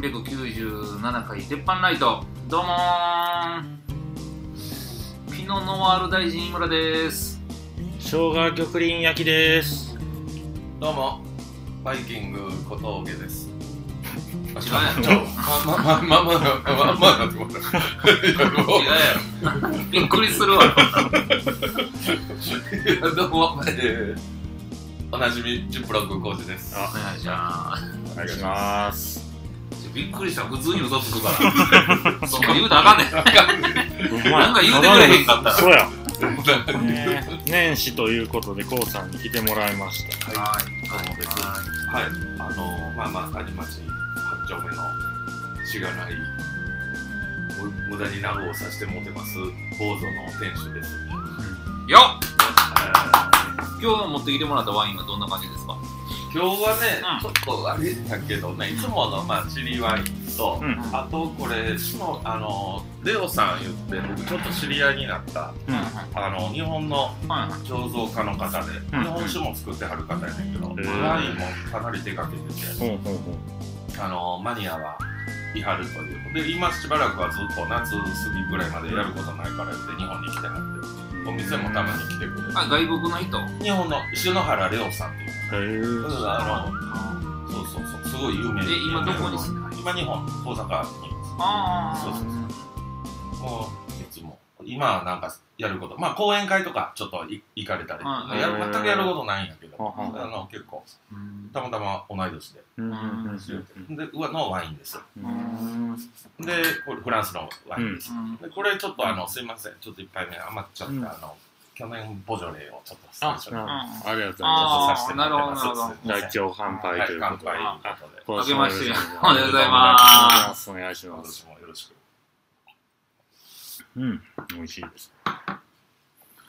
397回鉄板ライトどうもーピノノワール大臣井村です生姜玉林焼きですどうも、バイキング小峠です。違違ううやろま、ま、ま、ま、ま、ま、ま、ま、ってことだ。いやも違うやろびっくりす るわういやどうも、えー、おなじみ、ジップロックコーチです。お願いしますお願いしますびっくりした普通に嘘つくから そんな言うたらあかんねんうなんか言うてくれへんかったらそうや、はねえ、年始ということでこうさんに来てもらいましたはいそうですい、あの、まあまあ、谷町八丁目のしがない、む無駄に長をさせてもてます、坊主の店主です。よっえー今日持ってきてもらったワインはどんな感じですか今日はねうん、ちょっとあれだけどね、いつもの、まあ、チリワインと、うんうんあとこれのあのレオさん言って僕ちょっと知り合いになったうんうんあの日本のはいはい醸造家の方で、うん日本酒も作ってはる方やねんけど、んワインもかなり手掛けてて、ほうほうほあのマニアはいはるというで今しばらくはずっと夏過ぎぐらいまでやることないからって日本に来てはってお店もたまに来てくれるあ外国の人日本の篠原レオさんっていううへうえんあのそうそうそうすごい有名え今どこに住んではる今日本大阪にあそうそうあもういつも今はなんかやることまあ講演会とかちょっとい行かれたり、うんやる全くやることないんやけど、ははあの結構うんたまたま同い年で、うんうんうんでうわのワインですうんでこれフランスのワインです、うんでこれちょっとあのすいませんちょっと一杯目余っちゃった、うんあの去年ボジョレーをちょっと最初にあなうんるありがとうございまあさせてもらってますなるほどなるす大は腸乾杯といいう乾ことで杯あ後で明今年けもまよろしおめでしてくとうございまお願いします私もよろしくお願いしますうん美味しいです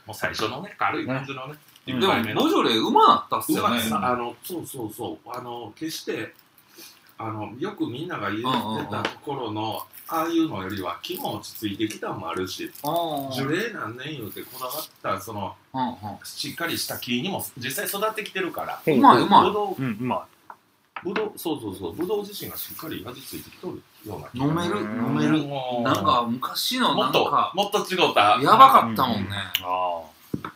もう最初のね軽い感じのねうんで一も杯目、のボジョレーうまなったっすうよまねい。さあのそうそうそうあの決してあのよくみんなが言ってた頃のああいうのよりは気も落ち着いてきたのもあるしあ樹齢何年言うてこだわったそのあ。しっかりした木にも実際育ってきてるからうまいううまぶどうんうまうぶどうそうそうそうぶどう自身がしっかり味付いてきとるような気い。が飲める、飲める。もうなんか昔のもなんっとか、もっと違うたやばかったもんね。いあ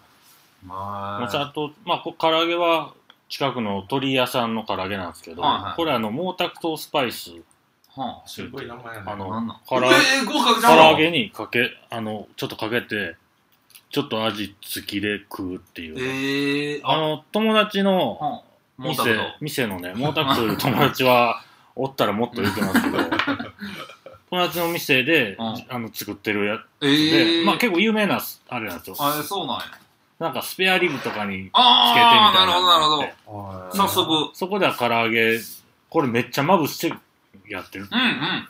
あもちはあとまあこ唐揚げは近くの鳥屋さんの唐揚げなんですけど、はいはいこれあの毛沢東スパ イスい。はすごい名前やあなのなんなん唐揚げえー、合格じ唐ゃん揚げにかけあのちょっとかけてちょっと味付きで食うっていあ。う、ええ。ああ、の友達のはあ。モ店タクト。店のね毛沢東という友達はおったらもっと言ってます けど友達の店で、うんあの作ってるやつで、ええ。まあ結構有名なあれなんですよあ、そうなんや。なんかスペアリブとかにつけてみたいああ、なるほど、なるほのがあってあーど。早速。そこでは唐揚げ、これめっちゃまぶしてやってる。うん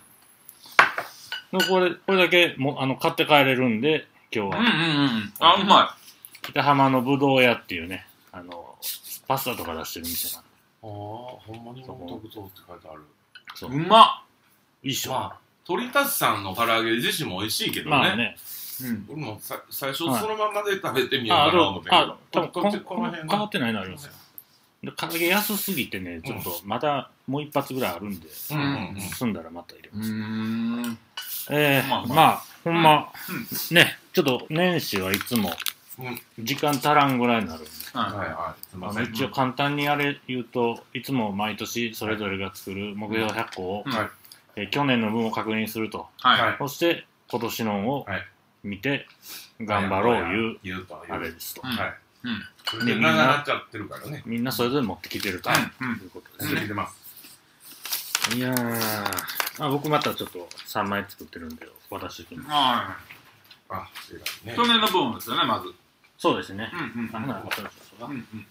うん。でこれ、これだけもあの買って帰れるんで、今う日んうはんうん。あ、うま北浜のぶどう屋っていうね、あの、パスタとか出してる店なんで。あーほんまに納得とって書いてあるそい。うう。まいいっしょ。ままあ、鳥達さんの唐揚げ自身も美味しいけどね。あね。っ。うん。俺もさ最初そはいのままで食べてみようあ、かなど思っうて、あ、多こ分っこちこのこ辺変わのってないのありますよ。で唐揚げ安すぎてね、ちょっとまたもう一発ぐらいあるんで、うんうんうん済んだらまた入れうます。ーん。ええまあまあまあ、ほんまうんう、ね、ちょっと年始はいつも時間足らんぐらいになるんで。ははいはい。すみあませのん。一応簡単にあれ言うといつも毎年それぞれが作る目標100個を、うんはいえー去年の分を確認するとい。はい。はそして今年のをはい見て頑張ろういう、う。言うと。あれですと、うんはい。うんそれで長なっちゃってるからね。みんなそれぞれ持ってきてると、うんうんいうことで出すね、てきてます。いやーあ僕またちょっと3枚作ってるんで私的にはあ、違い。う去ね。年の分ですよね、まず。そうですね、うんうあん。なそうそうそううんうん。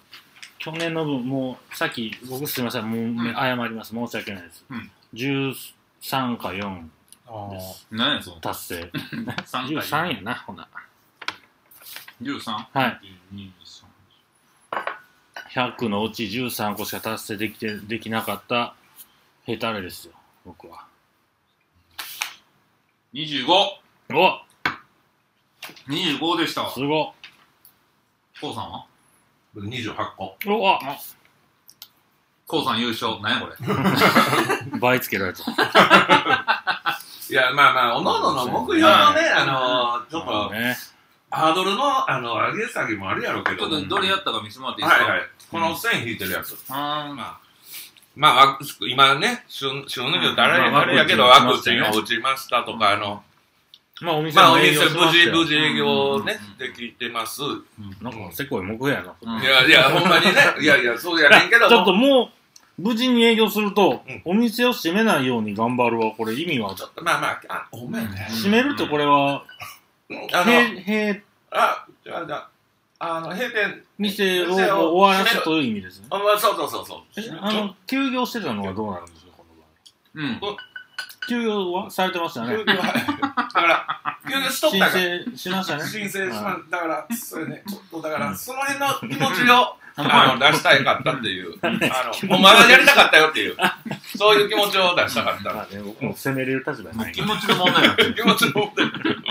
去年の分もうさっき僕すみませんもう、ん謝ります申し訳ないです、うん13か4あーです何やその達成三回13やなほな13はい2 100のうち13個しか達成できてできなかったヘタレですよ僕は3 25お25でしたわすごっ父さんは僕28個。おおコウさん優勝。なんやこれ。倍つけられた。いや、まあまあ、おののの目標のね、あの、ちょっと、ね。ハードルの、あの、上げ下げもあるやろうけちょど。っはいとどれやったか見せてもらっていいですかはい。この線引いてるやつ。あーまあ、まあ、ワク今ね、旬、旬の人誰、うんまあ誰やけど、ワワククチチンンを打ちましたよを打ちましたとか、あの、まあ、お店まあ、おも営店業し無ました事、無よ事営業ねうん、できてます。いなんか、せこい目標やな。うんや、いや、ほんまにね、いやいや、そうやねんけどちょっもと、もう、無事に営業するとうん、お店を閉めないように頑張るは、これ意味はち、ょっと、まあまあ、あ、ほんまやね。閉めるってこれは、うんあの、閉、閉、あ、じゃあ、じゃあ、あの、閉店。店を終わらすという意味ですね。あ、まあ、そうそうそうそう。え、あの、休業してたのはどうなるんですか、この場合。うん。休業はされてました休ね。業は、だから、休業しとっ申たから。請しましたね。申請しまだから、それね、ちょっとだかうら、んその辺の気持ちを、はあいの、出したいかったっていう、あの、ほんまはやりたかったよっていう、そういう気持ちを出した かった。まあね、僕も責めれる立場じゃない気か持ちの問題なんで気持ちを持ってる。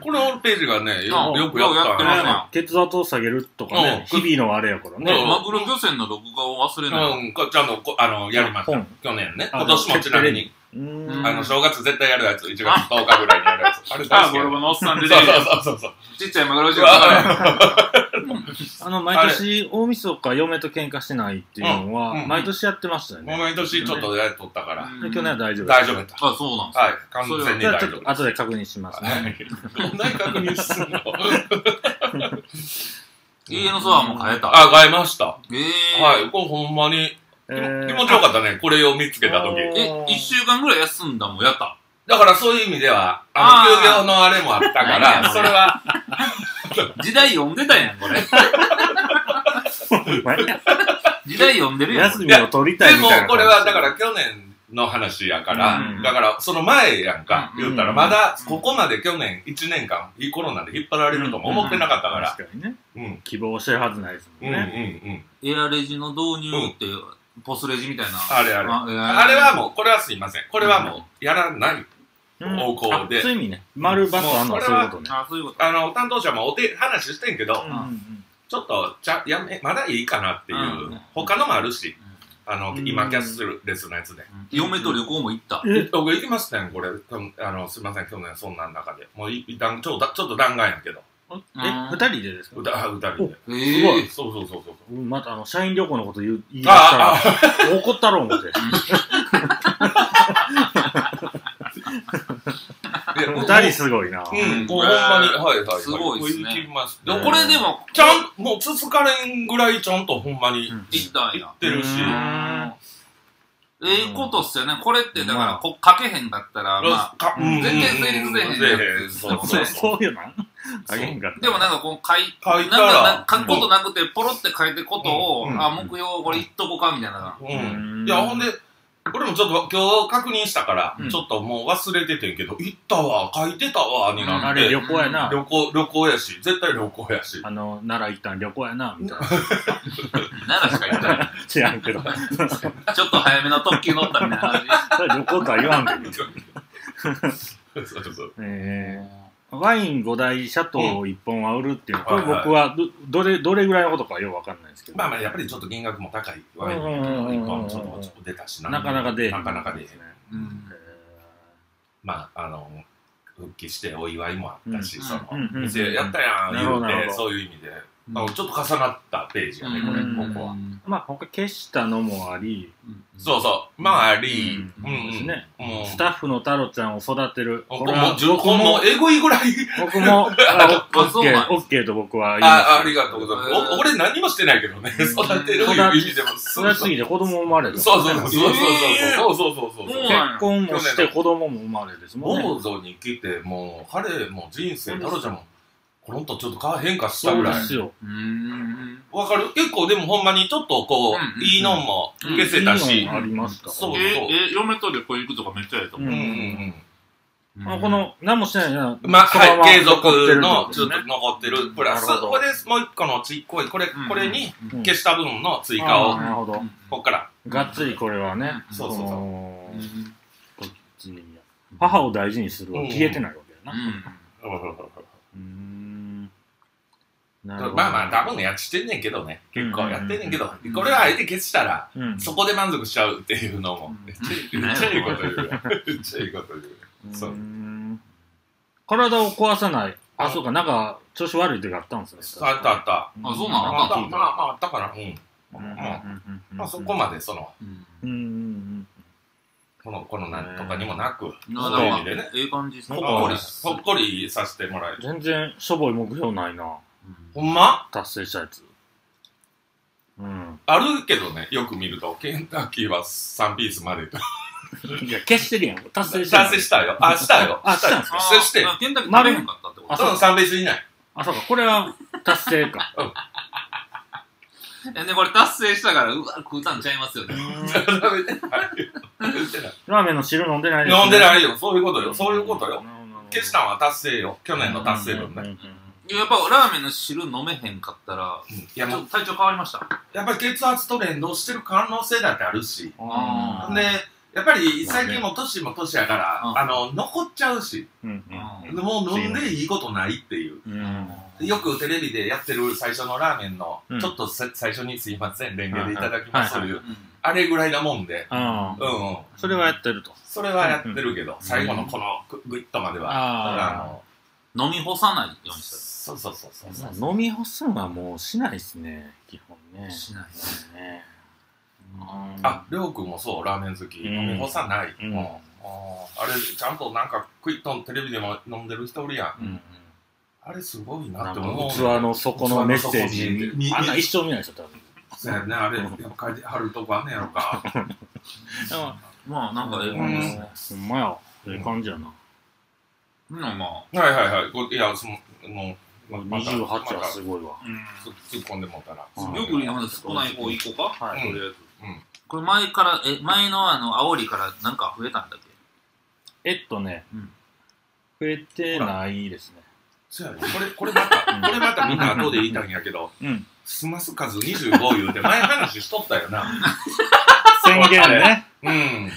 このホームページがね、ようんよくやったよくやってらまね。ね。鉄圧を下げるとかね、うん日々のあれやからうね。んマグロ漁船の録画を忘れない。うん、こちゃんとこ、あの、やりました本。去年ね。あ今年もちなみに、うー。うんんあの、正月絶対やるやつ、1月10日ぐらいにやるやつ。あれ大あ好ー、きボやロボロのおっさんそ出てうそきてうそうそう。ちっちゃいマグロ漁船があの、毎年、大晦日嫁と喧嘩してないっていうのうんうは、ん毎年やってましたよもうね。毎年ちょっとやっとったから、で去年は大丈夫大丈夫やった。あ、そうなんですはい、完全にじゃ大あ、ち丈ょっ夫と。後で確認しますね。どんなに確認すんの 家のソファーも変えた。あ、買いました。ええ。はい、これほんまにえー気持気持ちよかったね、これを見つけた時あーえ、一週間ぐらい休んだもんやった。だからそういう意味では、あの、あー休業のあれもあったかないねら、それは、時代読んでたやん、これ。時代読んでるやん。こ休れみを取り でたいみもたいな。これはだから去年の話やからうん、だからその前やんか、うん言ったら、うんまだここまで去年1年間、いいコロナで引っ張られるとも思ってなかったから、確かにね。うん、希望してるはずないですうん、もうんん、うね。ん。エアレジの導入って、ポスレジみたいな。あれあれれ。あれはもう、これはすいません。これはもう、やらない。うん方向であそういう意味ね。丸バツあんのはそういうことね。あ、そういうこと。あの、担当者もお手、話してんけど、うんうんちょっとちゃやめまだいいかなっていう、うん他のもあるし、あのうん今キャッシュレスのやつで、うん嫁と旅行も行った。うんえ僕行きましたねこれ多分あのすいません去年そんなん中でもうい一旦ちょっとちょっと弾丸やけどえ、二人でですか歌あ歌みたいえすごいえ。そうそうそうそううんまたあの、社員旅行のこと言う、言い出したらあ、あ怒ったろ、思って。あいや二人すごいな。うんこうほんまにはいはいはいすごいですねこう行きますででもここれれでも、ちゃんもう続かれんぐらいちゃんとほんまにうん行ったん行やっ。てるし、うんええことっすよね。これって、だかまあら、こかけへんかったら、まあ、かうんうん全然成立せへんやつそうそそううそういうのあそうげんかった。でもなんかこう、書い、書ないんたからな、書くことなくて、ポロって書いてことを、うんあ、目標これ言っとこうか、みたいな。ううんんいや、ほんで、俺もちょっと今日確認したから、うんちょっともう忘れててんけど、行ったわ、書いてたわ、にうんなあっれて、旅行やな。旅行、旅行やし、絶対旅行やし。あの、奈良行ったん旅行やな、みたい奈良しか行ったな。知らんけど。らんちょっと早めの特急乗ったみたいな感じ。 それ旅行とは言わんけど。そうそうそう。えー、ワイン5台、シャトーを1本は売るっていうのは、うんこれ僕はどどれ、どれぐらいのことかようわかんないですけど。まあまあ、やっぱりちょっと金額も高いわ、うんうんうんうん一本ちょっと落ち出たしな。なかなか出えへんなかなか出えへんうん。まあ、あの、復帰してお祝いもあったし、うんその、うんうんうん店やったやん、なるほどな言るほうて、どそういう意味で、あのちょっと重なったページやね、これ、うんここは。まあ、他消したのもあり、そうそう、まあ、あり、うんうんですねうんもうスタッフの太郎ちゃんを育てる。こここれはも、じゅこのエゴいぐらい。僕も、あオあッそうケなんー、やオッケーと僕は言いますあ、ありがとうございます。お俺何もしてないけどね。うん育てるいう意味でも。そそうれそすぎて子供生まれうた。そうそうそうそうえーそうそうそうそそうそううそう。なんや結婚もして子供も生まれですもんね。坊主に来て、もう、彼も人生、太郎ちゃんも、コロンとちょっと変化したそうぐでらい。すよ。うん。わかる結構でもほんまにちょっとこうんうんう、いいのんも消せたいいしの。ありますかそうえ、え、嫁と旅行行くとかめっちゃええとう思んううんうんんうん。う。まあこ、の、何もしてないな。まあ、そのままはい、継続残の、ってちるょっってこと残ってる。プラス、なるほどこれですもう一個のちっこい、これ、これにうん消した分の追加あーを、なるほど。こっから。がっつりこれはね。そうそうそうのうん。こっちに母を大事にするは消えてないわけやな。うーん。なまあまあ、多分ね、やってんねんけどね。結構やってんねんけど、これはあえて消したら、うんそこで満足しちゃうっていうのもう、んめっちゃめっちゃいいこと言うよ。めっちゃいいこと言うよ。そううーん体を壊さない。あ、あそうか、なんか、調子悪い時あったんですね。 あったあった。あそうまなのあ、まあ、まあ、あったから、うん。うんうんうんうんうんまあ、そこまで、その、うんうんうんうん。この、このなんとかにもなく、なそういう意なん味かでね、ええ感じですほねっこり、ほっこりさせてもらえる。全然、しょぼい目標ないな。ほんま達成したやつ。うん。あるけどね、よく見ると、ケンタッキーは3ピースまで と。いや、消してるやん。達成した。達成したよ。あ、したよ。あしたんですよ。そして、あーケンタッキー食べへんかったってこあとその3ピース以内。あ、そうか、これは達成か。えでこれ達成したからうわ食うたんちゃいますよね食べてないよ。食べてないラーメンの汁飲んでない飲んでいないよ。そういうことよ。そういうことよ。。消したんは達成よ。去去年の達成分ね。ね。やっぱラーメンの汁飲めへんかったらうんいちょや、もっとう、体調変わりましたやっぱり血圧と連動してる可能性だってあるし。あーで、やっぱり最近も年も年やから、うんあの、残っちゃうし、うんうもう飲んでいいことないっていう。うん。うんん。よくテレビでやってる最初のラーメンの、うんちょっとせ最初にすいません、レンゲでいただきますとはいいう、うんあれぐらいなもんで、あうんあ。うん。それはやってると。それはやってるけど、最後のこのググイッとまでは、ああの、飲み干さないようにしそうそうそうそうそう。飲み干すのはもうしないですね、基本ね。たしないね。あ、りょうくんもそう、ラーメン好き。うん飲み干さない。うんああれ、ちゃんとなんか、クイッとテレビでも飲んでる人おるやん。うん。あれすごいななっんてか思う。器の底のメッセージ、あんな一生見ないでしょ、多分。そうやね、あれ、やっぱ書いてはるとこあんねや ろか。まあなんかええう感じですねほんまや。ええ感じやな。うんまはいはいはい。こいや、その、もう、また28はまたすごいわ。あ突っ込んでもうたら。うんよくなんで少ない方行こうかはいうんとりあえずうんこれ前からえ前のあの煽りからなんか増えたんだっけえっとねうん、増えてないですね。そうやね。これ、これまた、これまたみんな後で言いたいんやけど、うん。すます数25言うて前話しとったよな。宣言ね。うん。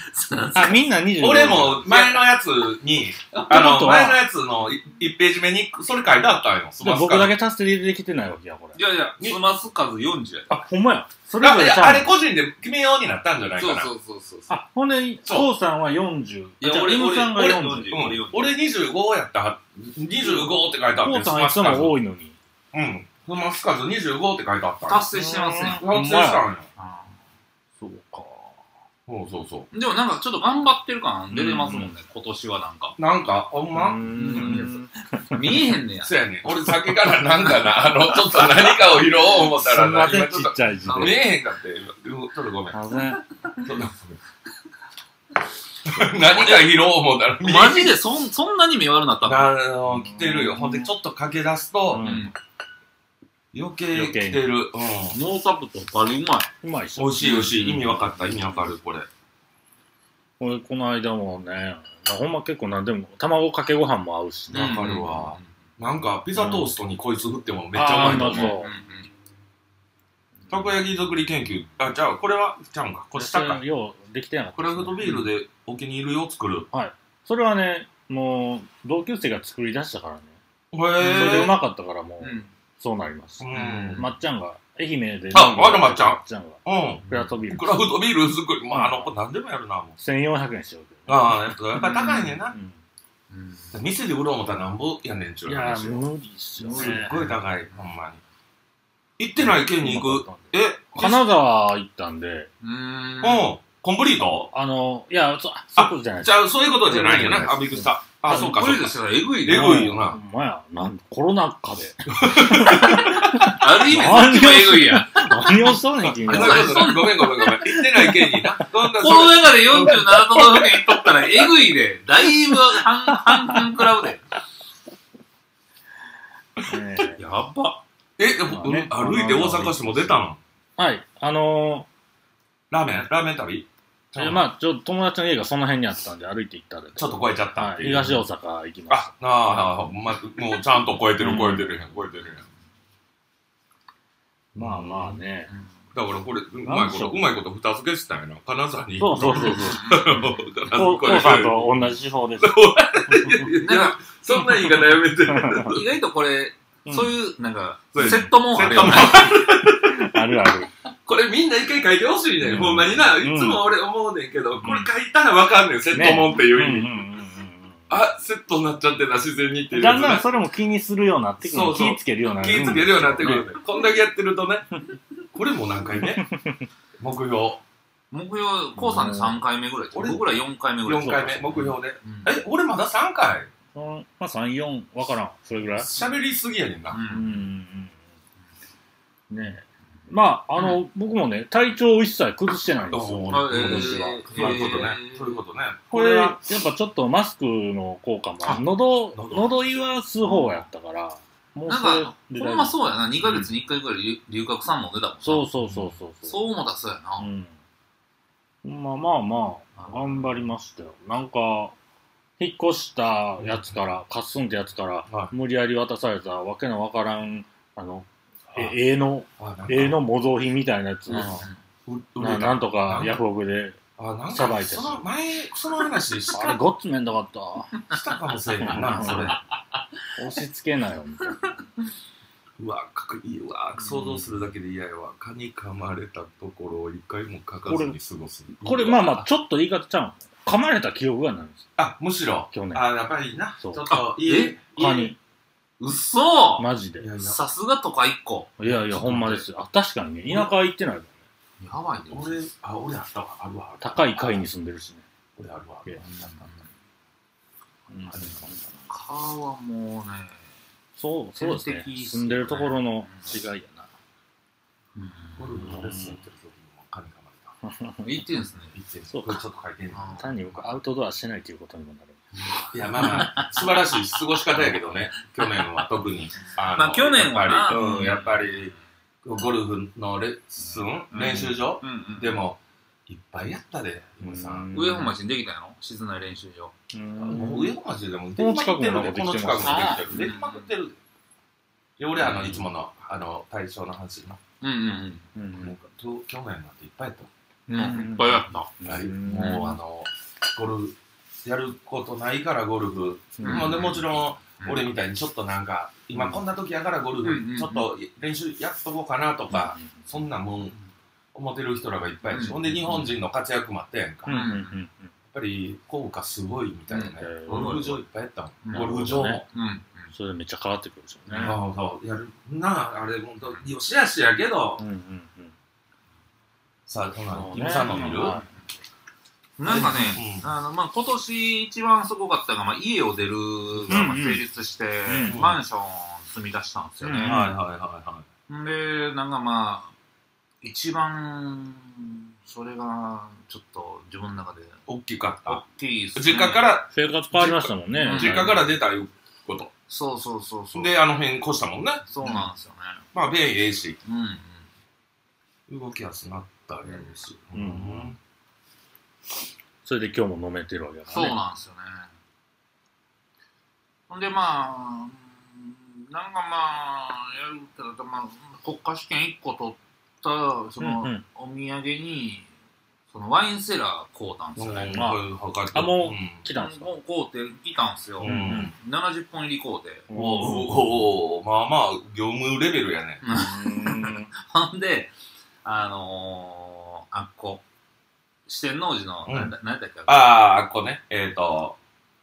あ、みんな25。俺も前のやつに、あことはの、前のやつの1ページ目にそれ書いてあったんよ。すでまもす僕数だ。け達成できてないわけや、これ い。やいやに済ます数40やあ、ほんまや。それだぞかれちら、あゃれう。個人で決めようになったんじゃないそかうな。そうそうそうそうあ、ほんで、そうコウさんは40。いやじゃあ俺 M さんが俺40。俺うん俺25やったは、25って書いてあっコて、ウさんはいつも多いのに。うん。そのマスカズ25って書いてあったんよ。達成してませんう達成したんよ。そうか。そうそうそでもなんかちょっと頑張ってる感出てますもんね、今年はなん か。う。なんか、ほんうーまん見えへんねや。そうやね。俺先からなんかな、あの、ちょっと何かを拾おう思っすたらんまな、せ今ん、ちちょっっと、ちゃい字あ見で。えへんかって。今ちょっとごめん。ちょっません。とごめん何か拾おう思ったら、見えへんマジでそんそんなに目悪なったのあの、来てるよ。ほんで、ちょっと駆け出すうと、うん。余計来てる。うん。ノーサブとバリうまい。うまいっし美ょ。味しい美味しい。意味わかった、意味わかる、これ。俺、この間もね、ほんま結構なんでも、卵かけご飯も合うしわね。かるわなんか、ピザトーストにこいつ振ってもめっちあゃーうまいとまあ思う。うん。うんたこ焼き作り研究。あ、じゃあ、これは、ちゃうんか。これしたか。ようできてなかった。クラフトビールでお気に入りを作る。それはね、もう、同級生が作り出したからね。へそれでうぇー。まかったからもうう、ん。そうなりますう。んん。まっちゃんが、愛媛で。ああらまっちゃんまっちゃんが、うクラフトビーん。ル。クラフトビール作り。まあ、あの子何でもやるな、もう。 1400円しようけど。ああ、やっぱやっぱ高いねんな。ううん店で売ろう思ったらなんぼやねんちゅん。ういや話ー、よ。無理っすよね。すっごい高い、ほんまに。行ってない県に行く。く。え、金沢行ったんで、うーん。うん。コンプリートあの、いや、そ、そういうことじゃないじゃあ、そういうことじゃないそうんやいうな。こあ、とびじっゃないくりした。あ、そうか、こそうれでか。すから、えぐいえね。ぐいよなほんまや、なんコロナ禍で。 ある意味、そっちもえぐいやん。何をしとんねん、君あれそうは。いうことねごめんごめんごめん。行ってない県にな。どんなこの中で47都道府県行っとったら、えぐいで。だいぶ半、半分食らうで。ねえやば。え、でまもあね歩いて大阪市も出たのはい、あのラーメンラーメン旅ー、えまあ、ちょっと友達の家がその辺にあったんで歩いて行ったんで。ちょっと超えちゃったっはてい、いう。東大阪行きましあ、なあ、まあ、もうちゃんと超えてる超えてるやん、超えてるやん。た。まあまあね。だからこれ、うまいこと、うまいこと二つ消したんやな。金沢に。そうそうう そんうそう。こ金沢う、ここれうさんと同じ手法です。いやいやいやそんな言い方やめて。意外とこれ、うんそういう、なんか、そうですセットもんあるセッよトもねん。あるある。これみんな一回書いてほしいね、うんん、ほんまにな。んいつも俺思うねんけど、これ書いたらわかんねん、セットもんっていううん意うん味。うんうんあ、セットになっちゃってな、自然にってうんいうだやんつだね、んそれも気にするようになってくるそうそう気つけるようになる気ぃつけるようになってくるねね。こんだけやってるとね、これも何回 目目標。目標、コウさんで3回目ぐらい。俺僕ら4回目ぐらい。 4回目、目標で。うんえ、俺まだ3回うんまあ34分からんそれぐらい喋りすぎやねんう。な。うんんうんねえまああの、僕もね体調を一切崩してないんですよお今ー年あえーは。えーそういうことねえ。ーそういうことね。これ、やっぱちょっとマスクの効果もある、喉、喉喉言わす方やったから、もうなんそれか、でほだいんぶまそうやな。2ヶ月に1回ぐらいりゅ龍角さんも出たもんなそうそうそうそう。そう思ったらそうやうな。ん。まあまあまあ、頑張りましたよ。なんか、引っ越したやつから、カッスンってやつから、は無理やり渡されたわけのわからん、あの、あえ絵の、あなんか絵の模造品みたいなやつ、うんなう売れたなんとなんかかヤフオクで、あ、なんさばいか、てその前、その話しあれたごっつめんどかっしたかもしれんな、それ。た。押し付けなよ、みたいな。うわ、かくいいわ、想像するだけで嫌やわ。蚊に噛まれたところを一回も書かずに過ごす。これまあまあ、ちょっと言い方ちゃうん。噛まれた記憶がないんですあ、むしろ。去年。あ、やっぱりな。ちそょうっと、いいえ。他に。うっそマジでい。やいや、さすがとか1個。いやいや、ほんまですよ。あ、確かにね、田舎は行ってないもんね。やばいね。俺、あ、俺あったわ。あるわ。あるわ高い階に。住んでるしね。俺あるわ。あるわうんあるわ蚊はもうね、そう、そうですね天敵っす。ね住んでるところの違いやな。ゴルフのレッスンやってる時にも蚊に噛まれた。言ってんですね。いつそうこれちょっと書いてんねんあー単に僕アウトドアしてないということにもなる。いや、まあまあ、素晴らしい過ごし方やけどね、 去年は特に。あのまあ去年はなやっぱりうん、やっぱり、ゴルフのレッスン、うん練習場、うんうんでも、いっぱいやったで、今さん。上本町にできたんやろ静内練習場。もう上本町でも、この近くでもきまなんくかできてってるで、この近くまもすできてる。できまくってる。いや、俺、あの、いつもの、あの、対象の話な。うんうんうなんん。か、と去年なんていっぱいやった。うん。ううんんいっぱいあった。やっぱりうんもう、あの、ゴルフ、やることないからゴルフ。うんまあでもちろん、俺みたいたいにちょっとなんか、今こんな時やからゴルうんうんうフ、んちょっと練習やっとこうかなとか、そんなもん思ってる人らがいっぱいいるし、うんほんで日本人の活躍もあったやんか。うんうやっんうんぱり効果すごいみたいなねう。んゴルフ場いっぱいやったもん。うゴんルフ場も。うん。うんそれでめっちゃ変わってくるでしょうね。そうそうやるなあ、あれ本当よしあしやけどう、んうんうん。さあ、そんなの、そうね今さんの見るはなんかねう、んあの、まあ、今年一番すごかったのが、まあ、家を出るがまあうんうん成立して、うんマンション住み出したんですようんね。はいはいはいはで、なんかまあ、一番、それが、ちょっと自分の中でい。大きかった大。きいっすね実家から、生活変わりましたもんね。うん実家から出たいうこと。そうそうそうそう。で、あの辺越したもんね。そうなんですよね。まあ、便ええし。うん。動きやすなったやろうし。うんそれで今日も飲めてるわけだかそうらね。なんですよね。ほんで、まあ、うんなんかまあ、やるってなったら、まあ、国家試験1個取った、その、うんうんお土産に、そのワインセラー買うたんですよね。まああもう来たんですかもう買うて、来たんすよ。う、うんんううんん、 70本入り買うて。おおおおまあまあ業務レベルやねうんほんで、あのー、あっこ、四天王寺の、うんなんだ、なんだっけ、あああっこねえっ、と